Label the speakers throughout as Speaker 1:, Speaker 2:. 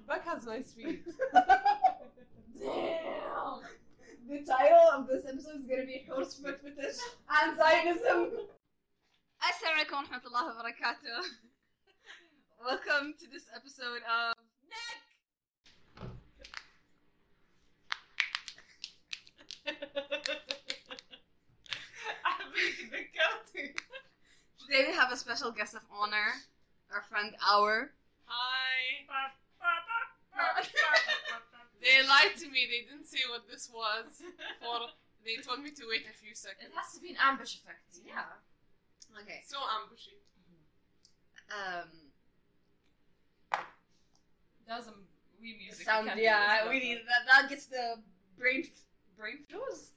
Speaker 1: Rebecca's my sweet.
Speaker 2: Damn! The title of this episode is gonna be Horse Foot Fetish and Zionism.
Speaker 3: Assalamu alaikum wa rahmatullahi wa barakatuh. Welcome to this episode of
Speaker 1: I'm the counting.
Speaker 3: Today we have a special guest of honor, our friend Hour.
Speaker 1: Hi. they lied to me. They didn't say what this was. For they told me to wait a few
Speaker 3: It
Speaker 1: seconds.
Speaker 3: has to be an ambush effect. Yeah. Okay.
Speaker 1: So ambushy.
Speaker 3: Um.
Speaker 4: That was some wee music.
Speaker 3: Sound. Yeah. We need that. That gets the brain brain flows.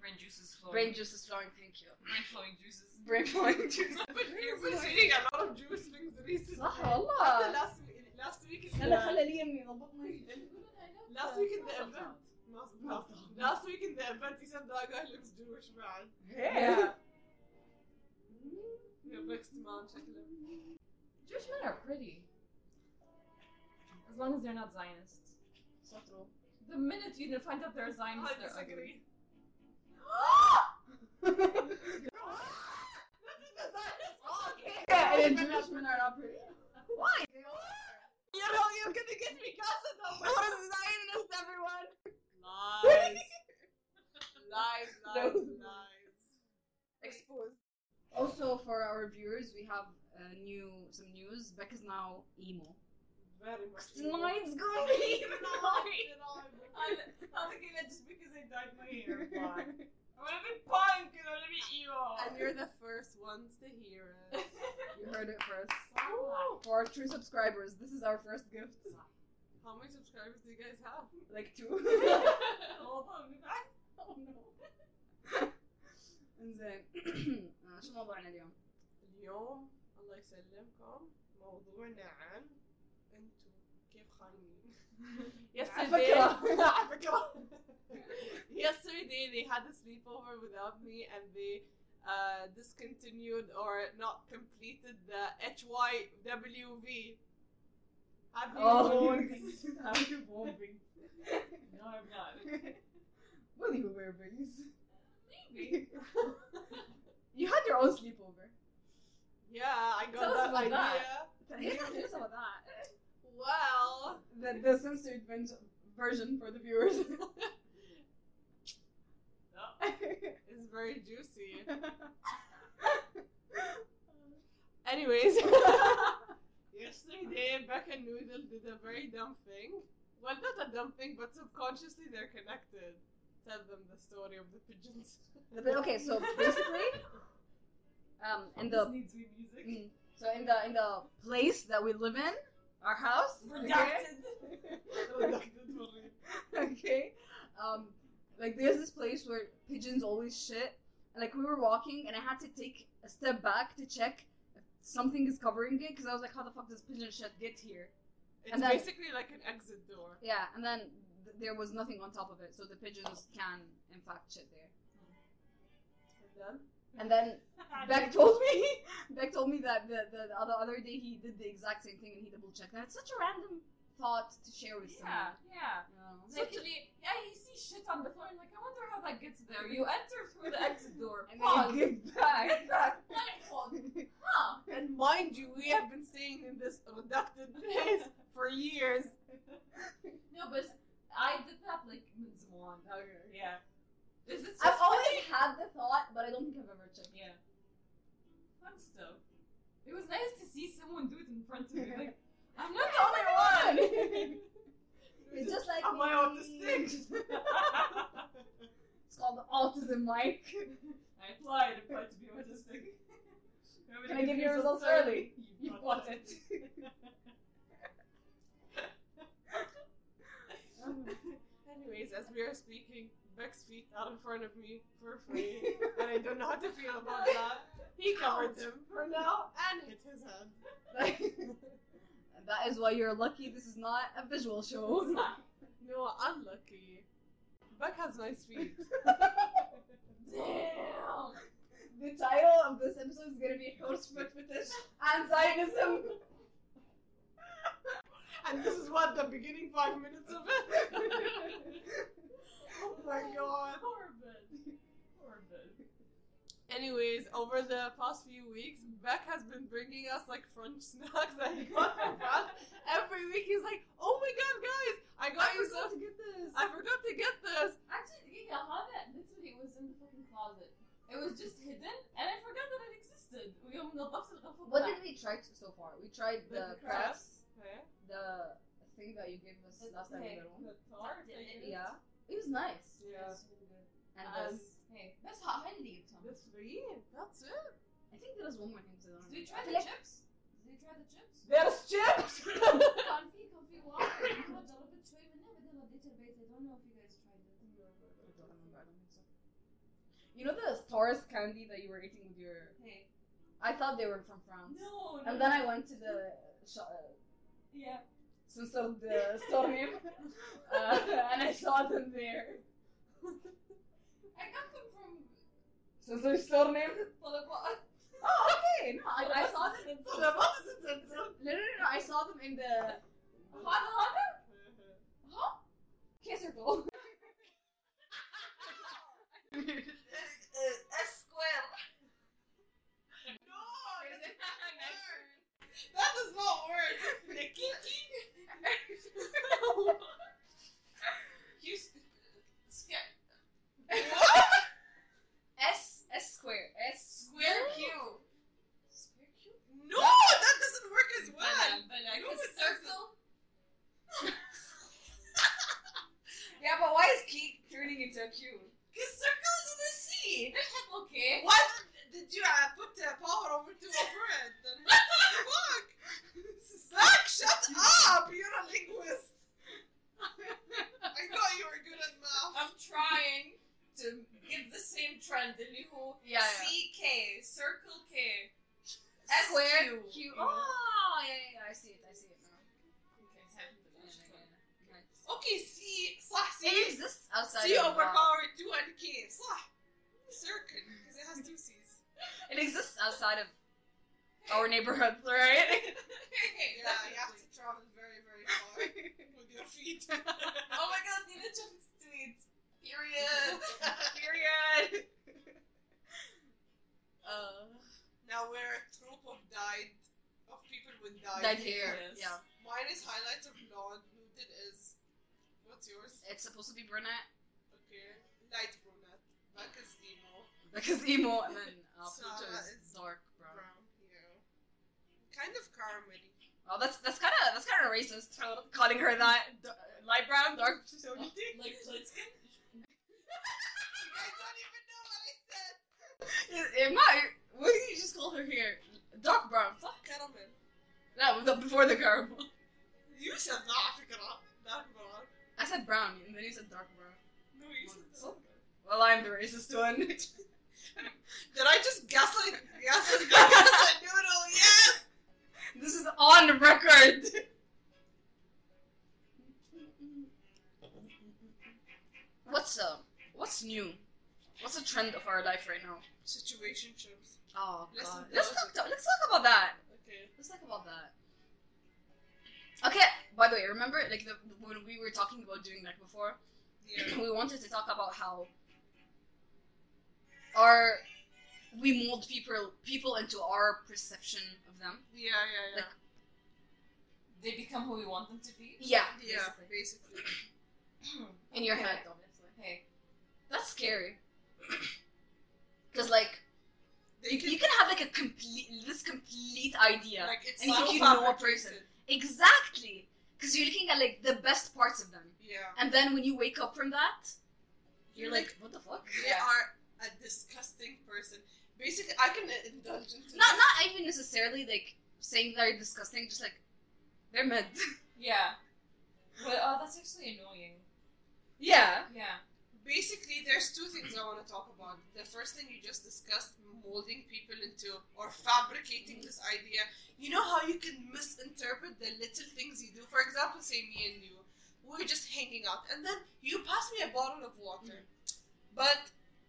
Speaker 4: Brain juices flowing.
Speaker 3: Brain juices flowing. Thank you.
Speaker 4: Brain flowing juices.
Speaker 3: Brain flowing juice.
Speaker 1: But you've been reading a lot of Jewish things recently.
Speaker 3: صح
Speaker 1: After
Speaker 3: والله.
Speaker 1: last week, last week in
Speaker 2: هلا
Speaker 1: the,
Speaker 2: خلى لي امي ضبطني
Speaker 1: last week in the event, last, last, last week in the event, he said that guy looks Jewish man.
Speaker 2: Yeah.
Speaker 1: Yeah, mixed man, شكله.
Speaker 4: Jewish men are pretty. As long as they're not Zionists.
Speaker 2: صوته
Speaker 4: The minute you find out they're
Speaker 1: I
Speaker 4: Zionists, they're ugly.
Speaker 1: disagree.
Speaker 2: Yeah, and then Jewish men are not pretty.
Speaker 3: Why?
Speaker 1: You know, you're gonna get me gossip over
Speaker 3: What is Zionist, everyone?
Speaker 1: Lies. lies, lies, lies.
Speaker 3: Exposed. Also, for our viewers, we have uh, new some news. Becca's now emo.
Speaker 1: Very much.
Speaker 3: Slide's going
Speaker 1: I'm I'm looking at just because I dyed my hair black. I want to be punk and I want to be emo. And you're the first ones to hear it.
Speaker 3: You heard it first. For our true subscribers, this is our first gift.
Speaker 1: How many subscribers do you guys have?
Speaker 3: Like two.
Speaker 1: Hold on, guys.
Speaker 2: Oh no.
Speaker 3: انزين آه، شو موضوعنا اليوم؟
Speaker 1: اليوم الله يسلمكم موضوعنا عن انتم كيف خاينين
Speaker 2: فكرة.
Speaker 1: على فكرة. yesterday they had a sleepover without me and they uh, discontinued or not completed the HYWV Happy
Speaker 2: Oh,
Speaker 1: Bones.
Speaker 2: Happy bombing.
Speaker 4: No, I'm not.
Speaker 2: Will you wear wings?
Speaker 4: Maybe.
Speaker 2: You had your own sleepover.
Speaker 1: Yeah, I got
Speaker 4: Tell us
Speaker 1: that
Speaker 4: about
Speaker 1: idea.
Speaker 4: that.
Speaker 2: Here's the news about that.
Speaker 1: Well,
Speaker 2: The, the censored venge- version for the viewers.
Speaker 1: it's very juicy. Anyways, yesterday Becca Noodle did a very dumb thing. Well, not a dumb thing, but subconsciously they're connected. Tell them the story of the pigeons.
Speaker 3: But okay, so basically, um, in
Speaker 4: This
Speaker 3: the
Speaker 4: needs wee music.
Speaker 3: mm, so in the in the place that we live in, our house. Okay.
Speaker 4: Redacted.
Speaker 1: Redacted for real.
Speaker 3: okay. Um, like there's this place where pigeons always shit. And like we were walking, and I had to take a step back to check if something is covering it, because I was like, how the fuck does pigeon shit get here?
Speaker 1: It's
Speaker 3: And then-
Speaker 1: basically like an exit door.
Speaker 3: Yeah, and then th- there was nothing on top of it, so the pigeons can, in fact, shit there. And then Beck told me, Beck told me that the, the, the other other day he did the exact same thing and he double checked. And it's such a random thought to share with
Speaker 4: Yeah,
Speaker 3: someone.
Speaker 4: yeah.
Speaker 3: you know?
Speaker 4: Literally, yeah, you see shit on the floor, and like, I wonder how that gets there. You enter through the exit door.
Speaker 3: And
Speaker 4: Pause.
Speaker 3: then you give back.
Speaker 4: Blindfold. Huh.
Speaker 1: And mind you, we have been staying in this redacted place for years.
Speaker 4: No, but I did that like in Zwan. Yeah. This is just
Speaker 3: I've always had the thought, but I don't think I've ever checked.
Speaker 4: yeah. Fun stuff. It was nice to see someone do it in front of me. Like, I'm not the only one.
Speaker 3: It's just like
Speaker 1: Am I
Speaker 3: me.
Speaker 1: autistic?
Speaker 3: It's called the autism mic.
Speaker 4: I applied, applied to be autistic. Nobody
Speaker 3: Can I
Speaker 4: gave
Speaker 3: give
Speaker 4: me
Speaker 3: you results early?
Speaker 4: You bought it.
Speaker 1: Anyways, as we are speaking, Beck's feet are in front of me for free, and I don't know how to feel about that. He covered them for now and hit his head.
Speaker 3: that is why you're lucky this is not a visual show.
Speaker 1: No, unlucky. Beck has nice feet.
Speaker 2: Damn. The title of this episode is gonna be Horse Foot Fetish and Zionism.
Speaker 1: and this is what the beginning five minutes of it. oh my god.
Speaker 4: Horrible. Horrible.
Speaker 1: Anyways, over the past few weeks, Beck has been bringing us like French snacks that he got from France. Every week he's like, "Oh my god, guys, I got you
Speaker 3: forgot
Speaker 1: some.
Speaker 3: to get this.
Speaker 1: I forgot to get this."
Speaker 4: Actually, thinking of how that literally was in the fucking closet. It was just hidden, and I forgot that it existed. ويوم نظفت الغرفة
Speaker 3: What
Speaker 4: طلع.
Speaker 3: did we try to so far? We tried
Speaker 1: The
Speaker 3: the
Speaker 1: crafts.
Speaker 3: crafts,
Speaker 1: Okay.
Speaker 3: the thing that you gave us last time in the room.
Speaker 4: The tart
Speaker 2: Yeah.
Speaker 4: thing.
Speaker 3: Yeah, it was nice.
Speaker 1: Yeah.
Speaker 4: It's really good.
Speaker 3: And
Speaker 1: Um,
Speaker 3: this,
Speaker 4: Hey, that's how I leave Tom.
Speaker 1: That's three. That's it.
Speaker 3: I think there was one more thing to learn.
Speaker 4: Did you
Speaker 3: I
Speaker 4: try the
Speaker 3: feel like-
Speaker 4: chips? Did you try the chips؟
Speaker 1: There's chips.
Speaker 4: كان في كان في واحد أنا جربت شوي منها بعدين رديت البيت I don't know if you guys tried it.
Speaker 3: I don't remember. I don't think so. You know the Taurus candy that you were eating with your.
Speaker 4: Hey.
Speaker 3: I thought they were from France.
Speaker 4: No, no.
Speaker 3: Um, And then I went to the sh- uh,
Speaker 4: Yeah.
Speaker 3: sensor the store name, uh, and I saw them there.
Speaker 4: I got them from
Speaker 3: Sensor store name.
Speaker 4: Talabat.
Speaker 3: Oh, okay. No, I, I saw them.
Speaker 1: The box is in some-
Speaker 3: No, no, no, no. I saw them in the
Speaker 4: هذا هذا؟ ها؟
Speaker 3: kisser bowl.
Speaker 1: No, that does not work. The kiki.
Speaker 4: You scared.
Speaker 3: S S square S
Speaker 4: Square Q. Square Q?
Speaker 1: No, that doesn't work as well.
Speaker 4: Banana, banana.
Speaker 1: No,
Speaker 4: It's
Speaker 1: it
Speaker 4: circle.
Speaker 3: Yeah, but why is Keek turning into a Q?
Speaker 1: Because circle is in the sea.
Speaker 4: Okay.
Speaker 1: Why did, did you uh, put the power over to over it? Then what the fuck? Zach, shut up! You're a linguist. I thought you were good at math.
Speaker 4: I'm trying to give the same trend in who
Speaker 3: Yeah, yeah.
Speaker 4: CK, circle K.
Speaker 3: S square
Speaker 4: SQ.
Speaker 3: Q. Oh, yeah, yeah, yeah, I see it. I see it now.
Speaker 1: Okay, C, صح
Speaker 3: It
Speaker 1: C.
Speaker 3: exists outside.
Speaker 1: C
Speaker 3: of, uh,
Speaker 1: overpowered 2 and K. صح. Circle, because it has two C's.
Speaker 3: it exists outside of our neighborhood, right?
Speaker 1: Yeah, you have to travel very, very far with your feet.
Speaker 4: Oh my god, Nina jumped to it.
Speaker 1: Period.
Speaker 3: Period. Uh,
Speaker 1: now we're a troop of dyed, of people with dyed,
Speaker 3: dyed hair.
Speaker 1: Yes.
Speaker 3: Yeah,
Speaker 1: Mine is highlights of blonde. Muted is. What's yours?
Speaker 3: it's supposed to be brunette
Speaker 1: Okay. Light brunette. Black is emo.
Speaker 3: because emo, and then uh,
Speaker 1: Sarah
Speaker 3: Pluto
Speaker 1: is
Speaker 3: is dark brown.
Speaker 1: Brown. Yeah. Kind of caramel.
Speaker 3: Oh, that's that's kind of that's kind of racist. how- Calling her that d- light brown, dark. So
Speaker 4: Like, let's get.
Speaker 1: You guys don't even know what I said.
Speaker 3: it might. What did you just call her here? Dark brown.
Speaker 1: Caramel.
Speaker 3: No, the- before the caramel.
Speaker 1: You said that, Fikra. Dark brown.
Speaker 3: I said brown, and then you said dark brown.
Speaker 1: No, you said
Speaker 3: Oh.
Speaker 1: that.
Speaker 3: Well, I'm the racist one.
Speaker 1: Did I just gaslight? Gaslight? gaslight noodle? Yes.
Speaker 3: this is on record. What's uh, what's new? What's a trend of our life right now?
Speaker 1: Situationships.
Speaker 3: Oh
Speaker 1: Let's
Speaker 3: god,
Speaker 1: talk
Speaker 3: let's
Speaker 1: about
Speaker 3: talk. Let's talk about that.
Speaker 1: Okay.
Speaker 3: Let's talk about that. Okay. By the way, remember like the, when we were talking about doing that before,
Speaker 1: Yeah.
Speaker 3: we wanted to talk about how our we mold people people into our perception of them.
Speaker 1: Yeah, yeah, yeah.
Speaker 3: Like-
Speaker 4: They become who we want them to be?
Speaker 3: Yeah.
Speaker 1: yeah,
Speaker 3: Basically.
Speaker 1: basically.
Speaker 3: In your head, obviously.
Speaker 4: hey.
Speaker 3: That's scary. Because like
Speaker 1: They
Speaker 3: you,
Speaker 1: can,
Speaker 3: you can have like a complete this complete idea.
Speaker 1: like it's
Speaker 3: and you
Speaker 1: so
Speaker 3: think you know a
Speaker 1: fabricated.
Speaker 3: person. exactly. Because you're looking at like the best parts of them,
Speaker 1: Yeah.
Speaker 3: and then when you wake up from that, you're
Speaker 1: You're
Speaker 3: like, what the fuck?
Speaker 1: They
Speaker 4: Yeah.
Speaker 1: are a disgusting person. Basically, I can indulge into
Speaker 3: Not
Speaker 1: that.
Speaker 3: not even necessarily like saying they're disgusting, just like they're mad.
Speaker 4: Yeah. But, oh, that's actually annoying.
Speaker 3: yeah.
Speaker 4: Yeah.
Speaker 1: Basically, there's two things I want to talk about. The first thing you just discussed, molding people into or fabricating this idea. You know how you can misinterpret the little things you do. For example, say me and you, we're just hanging out, and then you pass me a bottle of water, but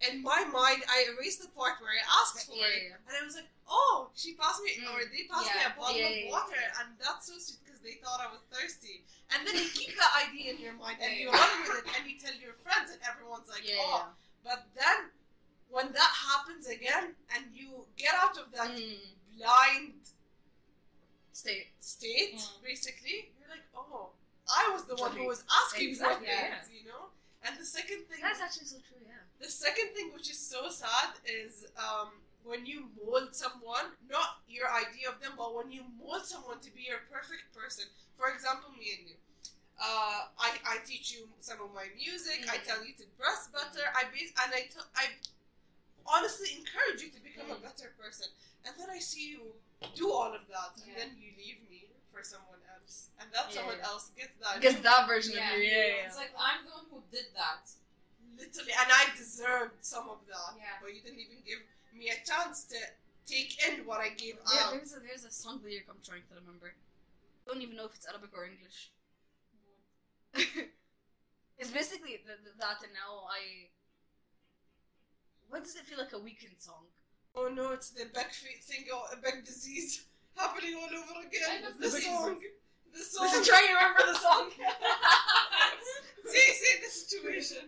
Speaker 1: in my mind, I erased the part where I asked for
Speaker 3: Yeah,
Speaker 1: it.
Speaker 3: yeah, yeah.
Speaker 1: And I was like, oh, she passed me,
Speaker 3: Mm.
Speaker 1: or they passed
Speaker 4: Yeah.
Speaker 1: me a bottle
Speaker 3: Yeah,
Speaker 1: of
Speaker 3: yeah, yeah,
Speaker 1: water,
Speaker 3: yeah.
Speaker 1: and that's so sweet because they thought I was thirsty. And then you keep that idea in your mind and you run with it and you tell your friends and everyone's like,
Speaker 3: yeah,
Speaker 1: oh. But then when that happens again and you get out of
Speaker 3: yeah.
Speaker 1: that
Speaker 3: Mm.
Speaker 1: blind
Speaker 3: Stay.
Speaker 1: state,
Speaker 4: Mm.
Speaker 1: basically, you're like, oh, I was the one who was asking
Speaker 3: Exactly,
Speaker 1: for things,
Speaker 4: yeah.
Speaker 1: you know? And the second thing
Speaker 3: That's actually so true. Yeah.
Speaker 1: The second thing, which is so sad, is um, when you mold someone, not your idea of them, but when you mold someone to be your perfect person. For example, me and you. Uh, I, I teach you some of my music, I
Speaker 3: Mhm.
Speaker 1: tell you to dress better, I bas- and I, t- I honestly encourage you to become a better person. And then I see you do all of that, and
Speaker 4: Yeah.
Speaker 1: then you leave me for someone else. And that
Speaker 3: Yeah,
Speaker 1: someone
Speaker 3: yeah.
Speaker 1: else gets that.
Speaker 3: Because that version
Speaker 4: Yeah.
Speaker 3: of you. Yeah, yeah.
Speaker 4: It's like I'm the one who did that.
Speaker 1: Literally, and I deserved some of that.
Speaker 4: Yeah.
Speaker 1: But you didn't even give me a chance to take in what I gave
Speaker 3: There-
Speaker 1: out.
Speaker 3: there's a there's a song lyric I'm trying to remember. I don't even know if it's Arabic or English. it's basically th- th- that, and now I. Why does it feel like a weekend song?
Speaker 1: Oh no, it's the back fe- thing, or a back disease happening all over
Speaker 4: I
Speaker 1: again.
Speaker 4: love
Speaker 1: The
Speaker 4: the back
Speaker 1: song. The song.
Speaker 3: I'm trying to remember the song.
Speaker 1: see, see the situation.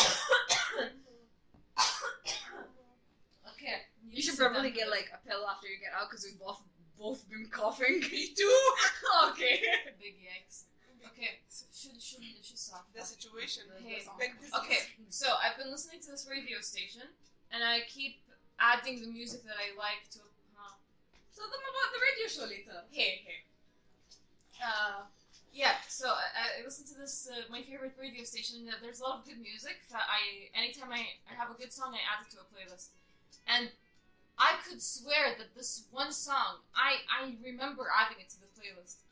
Speaker 4: okay.
Speaker 3: You should
Speaker 4: sit down
Speaker 3: probably
Speaker 4: for
Speaker 3: get
Speaker 4: this.
Speaker 3: like a pill after you get out because we've both both been coughing.
Speaker 1: Me too.
Speaker 3: okay.
Speaker 4: big yikes. Okay. so Should should should stop.
Speaker 1: The situation.
Speaker 4: Hey.
Speaker 1: Back disease.
Speaker 4: Okay, so I've been listening to this radio station, and I keep adding the music that I like to. Huh.
Speaker 3: Tell them about the radio show later.
Speaker 4: Hey, hey. Uh, yeah. So I, I listen to this uh, my favorite radio station. That there's a lot of good music that I anytime I, I have a good song, I add it to a playlist, and I could swear that this one song I I remember adding it to the playlist.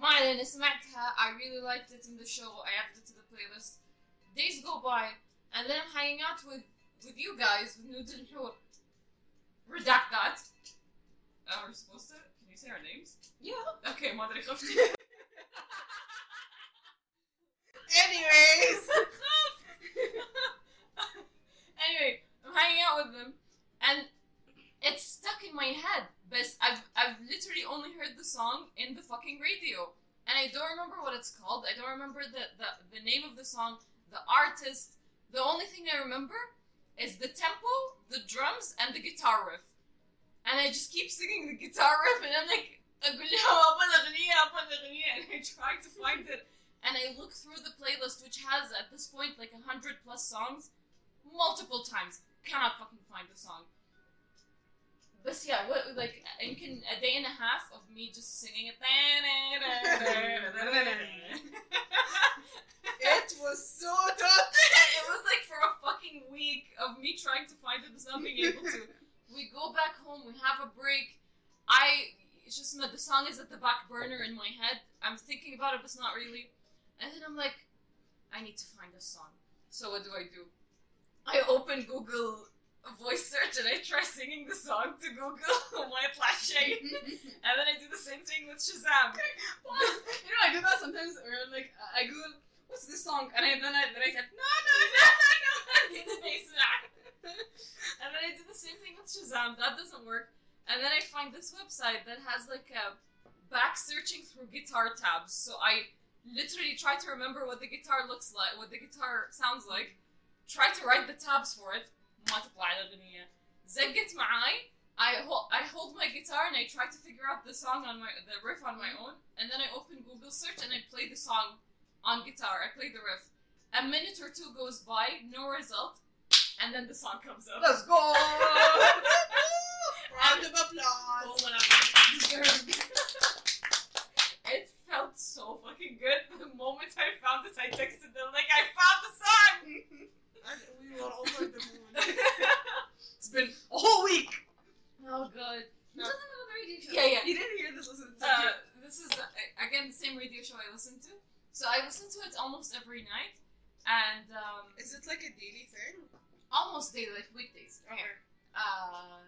Speaker 4: My name is Mecca. I really liked it in the show. I added it to the playlist. Days go by, and then I'm hanging out with with you guys with Nudin Hur. Redact that. Uh, we're supposed to. Can you say our names? Yeah. Okay, Madre خفت.
Speaker 1: Anyways.
Speaker 4: anyway, I'm hanging out with them, and it's stuck in my head. But I've I've literally only heard the song in the fucking radio, and I don't remember what it's called. I don't remember the the, the name of the song, the artist. The only thing I remember is the tempo, the drums, and the guitar riff. And I just keep singing the guitar riff, and I'm like, "أقول لهم أبغى الأغنية، أبغى الأغنية," and I try to find it and I look through the playlist, which has at this point like a hundred plus songs, multiple times. Cannot fucking find the song. But yeah, what like you can a day and a half of me just singing it. it
Speaker 1: It was so tough.
Speaker 4: was like for a fucking week of me trying to find it, but not being able to. We go back home. We have a break. I it's just that the song is at the back burner in my head. I'm thinking about it, but it's not really. And then I'm like, I need to find a song. So what do I do? I open Google voice search and I try singing the song to Google my flashing. and then I do the same thing with Shazam.
Speaker 3: you know, I do that sometimes, or like I Google, what's this song? And I then I then I type, no, no, no, no, no.
Speaker 4: and then I do the same thing with Shazam. That doesn't work. And then I find this website that has like a back searching through guitar tabs. So I literally try to remember what the guitar looks like, what the guitar sounds like. Try to write the tabs for it. ما تطلع على الأغنية. زقت معاي. I hold, I hold my guitar and I try to figure out the song on my the riff on my own, and then I open Google search and I play the song on guitar. I play the riff. A minute or two goes by, no result, and then the song comes up.
Speaker 3: Let's go.
Speaker 1: Round of applause.
Speaker 4: it felt so fucking good. The moment I found it, I texted them like, "I found the song."
Speaker 1: And we were over the moon.
Speaker 3: it's been a whole week.
Speaker 4: Oh god.
Speaker 1: No.
Speaker 4: Yeah, yeah.
Speaker 3: You didn't hear this. Listen,
Speaker 4: Uh, this is uh, again the same radio show I listen to. So I listen to it almost every night, and um,
Speaker 1: Is it like a daily thing?
Speaker 4: almost daily, like weekdays.
Speaker 1: Okay.
Speaker 4: Uh,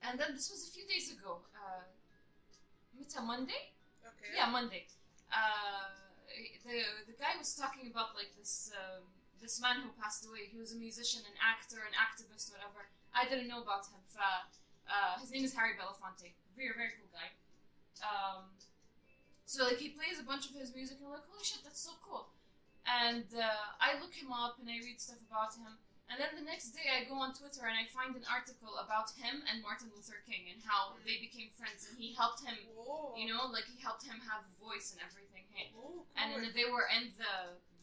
Speaker 4: and then this was a few days ago. Uh, it's a Monday.
Speaker 1: Okay.
Speaker 4: Yeah, Monday. Uh, the the guy was talking about like this um, this man who passed away. He was a musician, an actor, an activist, uh, whatever. I didn't know about him. ف- uh, his name is Harry Belafonte. Very very cool guy. um, so like he plays a bunch of his music, and I'm like, holy shit, that's so cool. And uh, I look him up and I read stuff about him. And then the next day, I go on Twitter and I find an article about him and Martin Luther King and how they became friends, and he helped him.
Speaker 1: Whoa.
Speaker 4: You know, like he helped him have a voice and everything. Hey,
Speaker 1: Whoa,
Speaker 4: and
Speaker 1: cool.
Speaker 4: then they were in the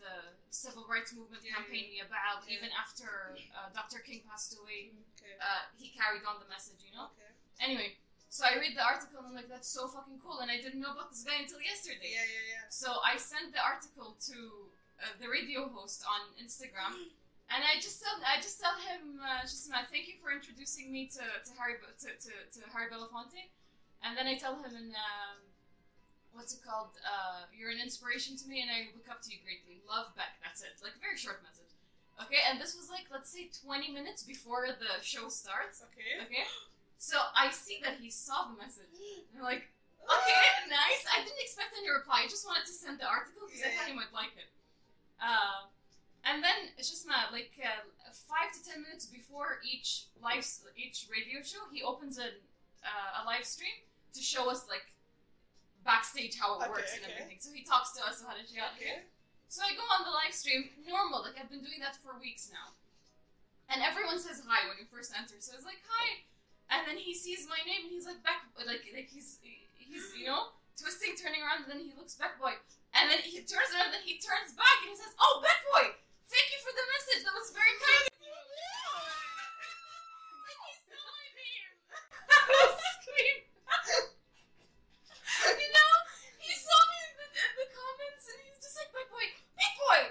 Speaker 4: the civil rights movement
Speaker 1: Yeah,
Speaker 4: campaign about
Speaker 1: Yeah.
Speaker 4: even after uh, Dr. King passed away,
Speaker 1: Okay.
Speaker 4: uh, he carried on the message, you know.
Speaker 1: Okay.
Speaker 4: Anyway, so I read the article and I'm like, that's so fucking cool, and I didn't know about this guy until yesterday.
Speaker 1: Yeah, yeah, yeah.
Speaker 4: So I sent the article to uh, the radio host on Instagram, and I just tell I just tell him, uh, Jisma, thank you for introducing me to to Harry Be- to, to, to Harry Belafonte, and then I tell him in um, what's it called? Uh, You're an inspiration to me, and I look up to you greatly. Love Beck. That's it. Like very short message. Okay, and this was like let's say 20 minutes before the show starts.
Speaker 1: Okay.
Speaker 4: Okay, so I see that he saw the message. And I'm like. Okay, nice. I didn't expect any reply. I just wanted to send the article because I
Speaker 1: Yeah.
Speaker 4: thought you might like it. Uh, and then it's just mad. Like uh, five to ten minutes before each live each radio show, he opens a uh, a live stream to show us like backstage how it
Speaker 1: Okay,
Speaker 4: works and
Speaker 1: okay.
Speaker 4: everything. So he talks to us about it. Yeah,
Speaker 1: Okay.
Speaker 4: so I go on the live stream, normal, like I've been doing that for weeks now. And everyone says hi when you first enter, so it's like hi. And then he sees my name and he's like back, like like he's he's you know twisting, turning around, and then he looks back boy, and then he turns around, then he turns back and he says, "Oh, back boy, thank you for the message. That was very kind." of you." Like, he saw my name. I screamed. you know, he saw me in the, in the comments and he's just like, "Back boy, back boy."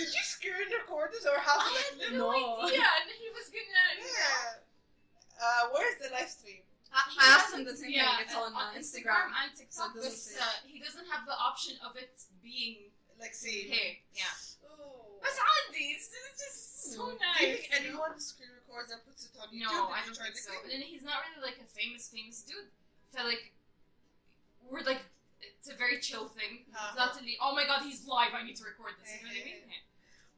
Speaker 1: Did you screw in recorders or how
Speaker 4: I
Speaker 1: did that-
Speaker 4: had no,
Speaker 2: No.
Speaker 4: idea, and he was gonna.
Speaker 1: Yeah. Uh, where's the live stream?
Speaker 4: He
Speaker 3: I asked him
Speaker 4: doesn't-
Speaker 3: the same
Speaker 4: yeah,
Speaker 3: thing. It's on, uh,
Speaker 4: Instagram
Speaker 3: Instagram.
Speaker 4: and TikTok,
Speaker 3: so it
Speaker 4: but
Speaker 3: doesn't
Speaker 4: uh, he doesn't have the option of it being
Speaker 1: Like, see.
Speaker 4: hey, yeah.
Speaker 1: Oh.
Speaker 4: But Andy, it's it's just so
Speaker 1: Do you
Speaker 4: nice.
Speaker 1: think anyone screw records and puts it on YouTube?
Speaker 4: No,
Speaker 1: Did
Speaker 4: I
Speaker 1: you
Speaker 4: don't
Speaker 1: try
Speaker 4: think
Speaker 1: to
Speaker 4: so.
Speaker 1: click?
Speaker 4: And he's not really like a famous, famous dude. So like, we're like, it's a very chill thing.
Speaker 1: Uh-huh.
Speaker 4: It's not really. Oh my god, he's live. I need to record this. You know what I mean?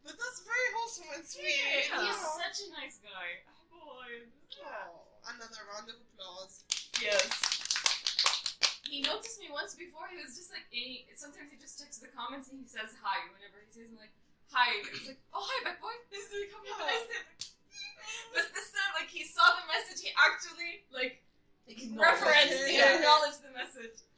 Speaker 1: But that's very wholesome and sweet.
Speaker 4: Yeah, He's
Speaker 1: Oh.
Speaker 4: such a nice guy. Oh, boy.
Speaker 1: Oh, another round of applause.
Speaker 4: Yes. He noticed me once before. He was just like, he, sometimes he just checks the comments and he says hi whenever he sees me. Like, hi. It's like, oh hi, back boy. This is coming up. I said, but this time, like, he saw the message. He actually like referenced. He
Speaker 1: Yeah.
Speaker 4: acknowledged the message.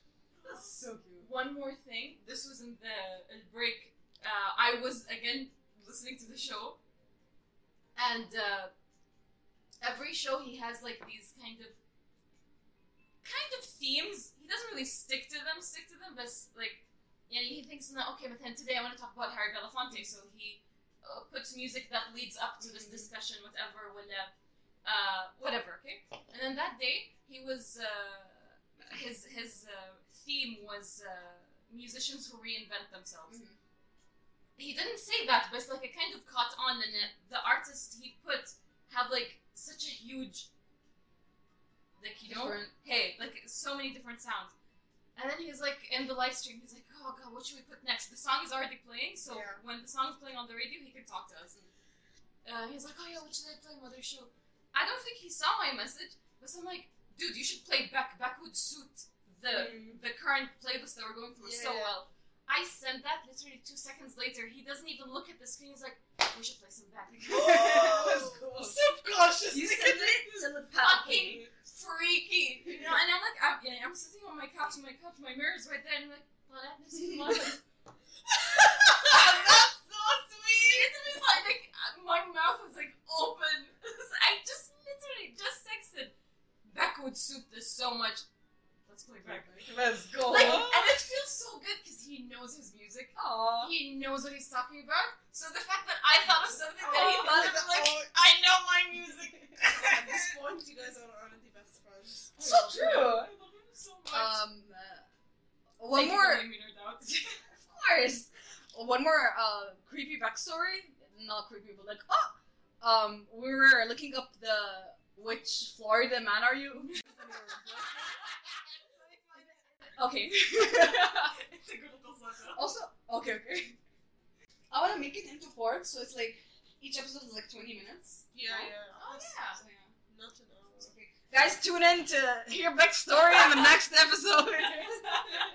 Speaker 3: That's so cute.
Speaker 4: One more thing. This was in the in break. Uh, I was again listening to the show, and uh, every show he has like these kind of kind of themes. He doesn't really stick to them. Stick to them, but s- like, yeah, he thinks that okay. But then today I want to talk about Harry Belafonte, so he uh, puts music that leads up to this
Speaker 1: Mhm.
Speaker 4: discussion, whatever, whatever, uh, whatever. Okay, and then that day he was. Uh, his his uh, theme was uh, musicians who reinvent themselves.
Speaker 1: Mhm.
Speaker 4: He didn't say that, but it's like it kind of caught on, and it, the artists he put have like such a huge, like you know,
Speaker 3: Different.
Speaker 4: hey, like so many different sounds. And then he was like in the live stream, he's like, oh god, what should we put next? The song is already playing, so
Speaker 1: Yeah.
Speaker 4: when the song's playing on the radio, he can talk to us. Uh, he's like, oh yeah, what should I play? Mother show. I don't think he saw my message, but I'm like, dude, you should play back. Back would suit the the current playlist that we're going through so
Speaker 1: Yeah.
Speaker 4: well. I sent that literally two seconds later. He doesn't even look at the screen. He's like, we should play some back.
Speaker 1: Oh,
Speaker 3: cool.
Speaker 1: Subconscious.
Speaker 3: You
Speaker 1: thinking.
Speaker 3: said it telepathically.
Speaker 4: Fucking freaky, you know. And I'm like, I'm, yeah, I'm sitting on my couch, and my couch, my mirror's right there, and I'm like, well, that this is my. That's so sweet. It was like, like uh, my mouth was like open. I just literally just texted. Back would suit this so much. Let's play back.
Speaker 1: Let's go.
Speaker 4: Like, and it feels so good because he knows his music.
Speaker 3: Aww.
Speaker 4: He knows what he's talking about. So the fact that I thought of something that he
Speaker 1: Oh,
Speaker 4: thought of,
Speaker 1: the-
Speaker 4: like,
Speaker 1: oh,
Speaker 4: I know my music.
Speaker 1: At this point, you guys are already best friends.
Speaker 3: So true.
Speaker 4: I love him so much.
Speaker 3: Um, uh,
Speaker 4: Thank
Speaker 3: one
Speaker 4: you for
Speaker 3: more.
Speaker 4: bringing me nerd out.
Speaker 3: Of course. One more uh, creepy backstory. Not creepy, but like, oh! Um, we were looking up the which Florida man are you? okay.
Speaker 4: it's a good little saga.
Speaker 3: also, okay, okay. I want to make it into parts, so it's like each episode is like 20 minutes.
Speaker 1: Yeah, yeah.
Speaker 4: Oh yeah.
Speaker 3: So, yeah.
Speaker 1: Not an hour.
Speaker 3: It's okay. Guys, tune in to hear Beck's story in the next episode.